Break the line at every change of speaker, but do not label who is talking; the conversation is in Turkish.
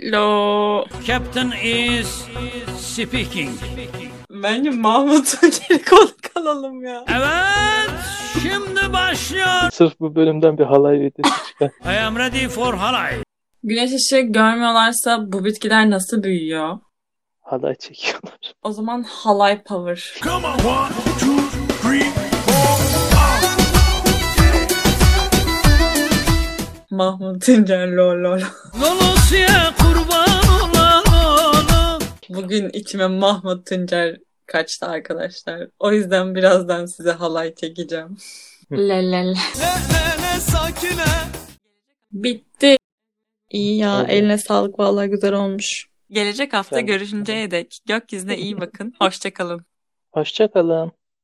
Hello.
Captain is speaking.
Bence Mahmut'a geri konu kalalım ya.
Evet, şimdi başlıyor.
Sırf bu bölümden bir halay videosu çıkar.
I am ready for halay.
Güneş ışığı görmüyorlarsa bu bitkiler nasıl büyüyor?
halay çekiyorlar.
O zaman halay power. Mahmut İnce lol lol.
Lolosya kurban olalım.
Bugün içime Mahmut Tuncer kaçtı arkadaşlar. O yüzden birazdan size halay çekeceğim. Lelel. Bitti. İyi ya
Hadi.
eline sağlık vallahi güzel olmuş. Gelecek hafta
Sen de.
görüşünceye dek gökyüzüne iyi bakın. Hoşçakalın.
Hoşçakalın.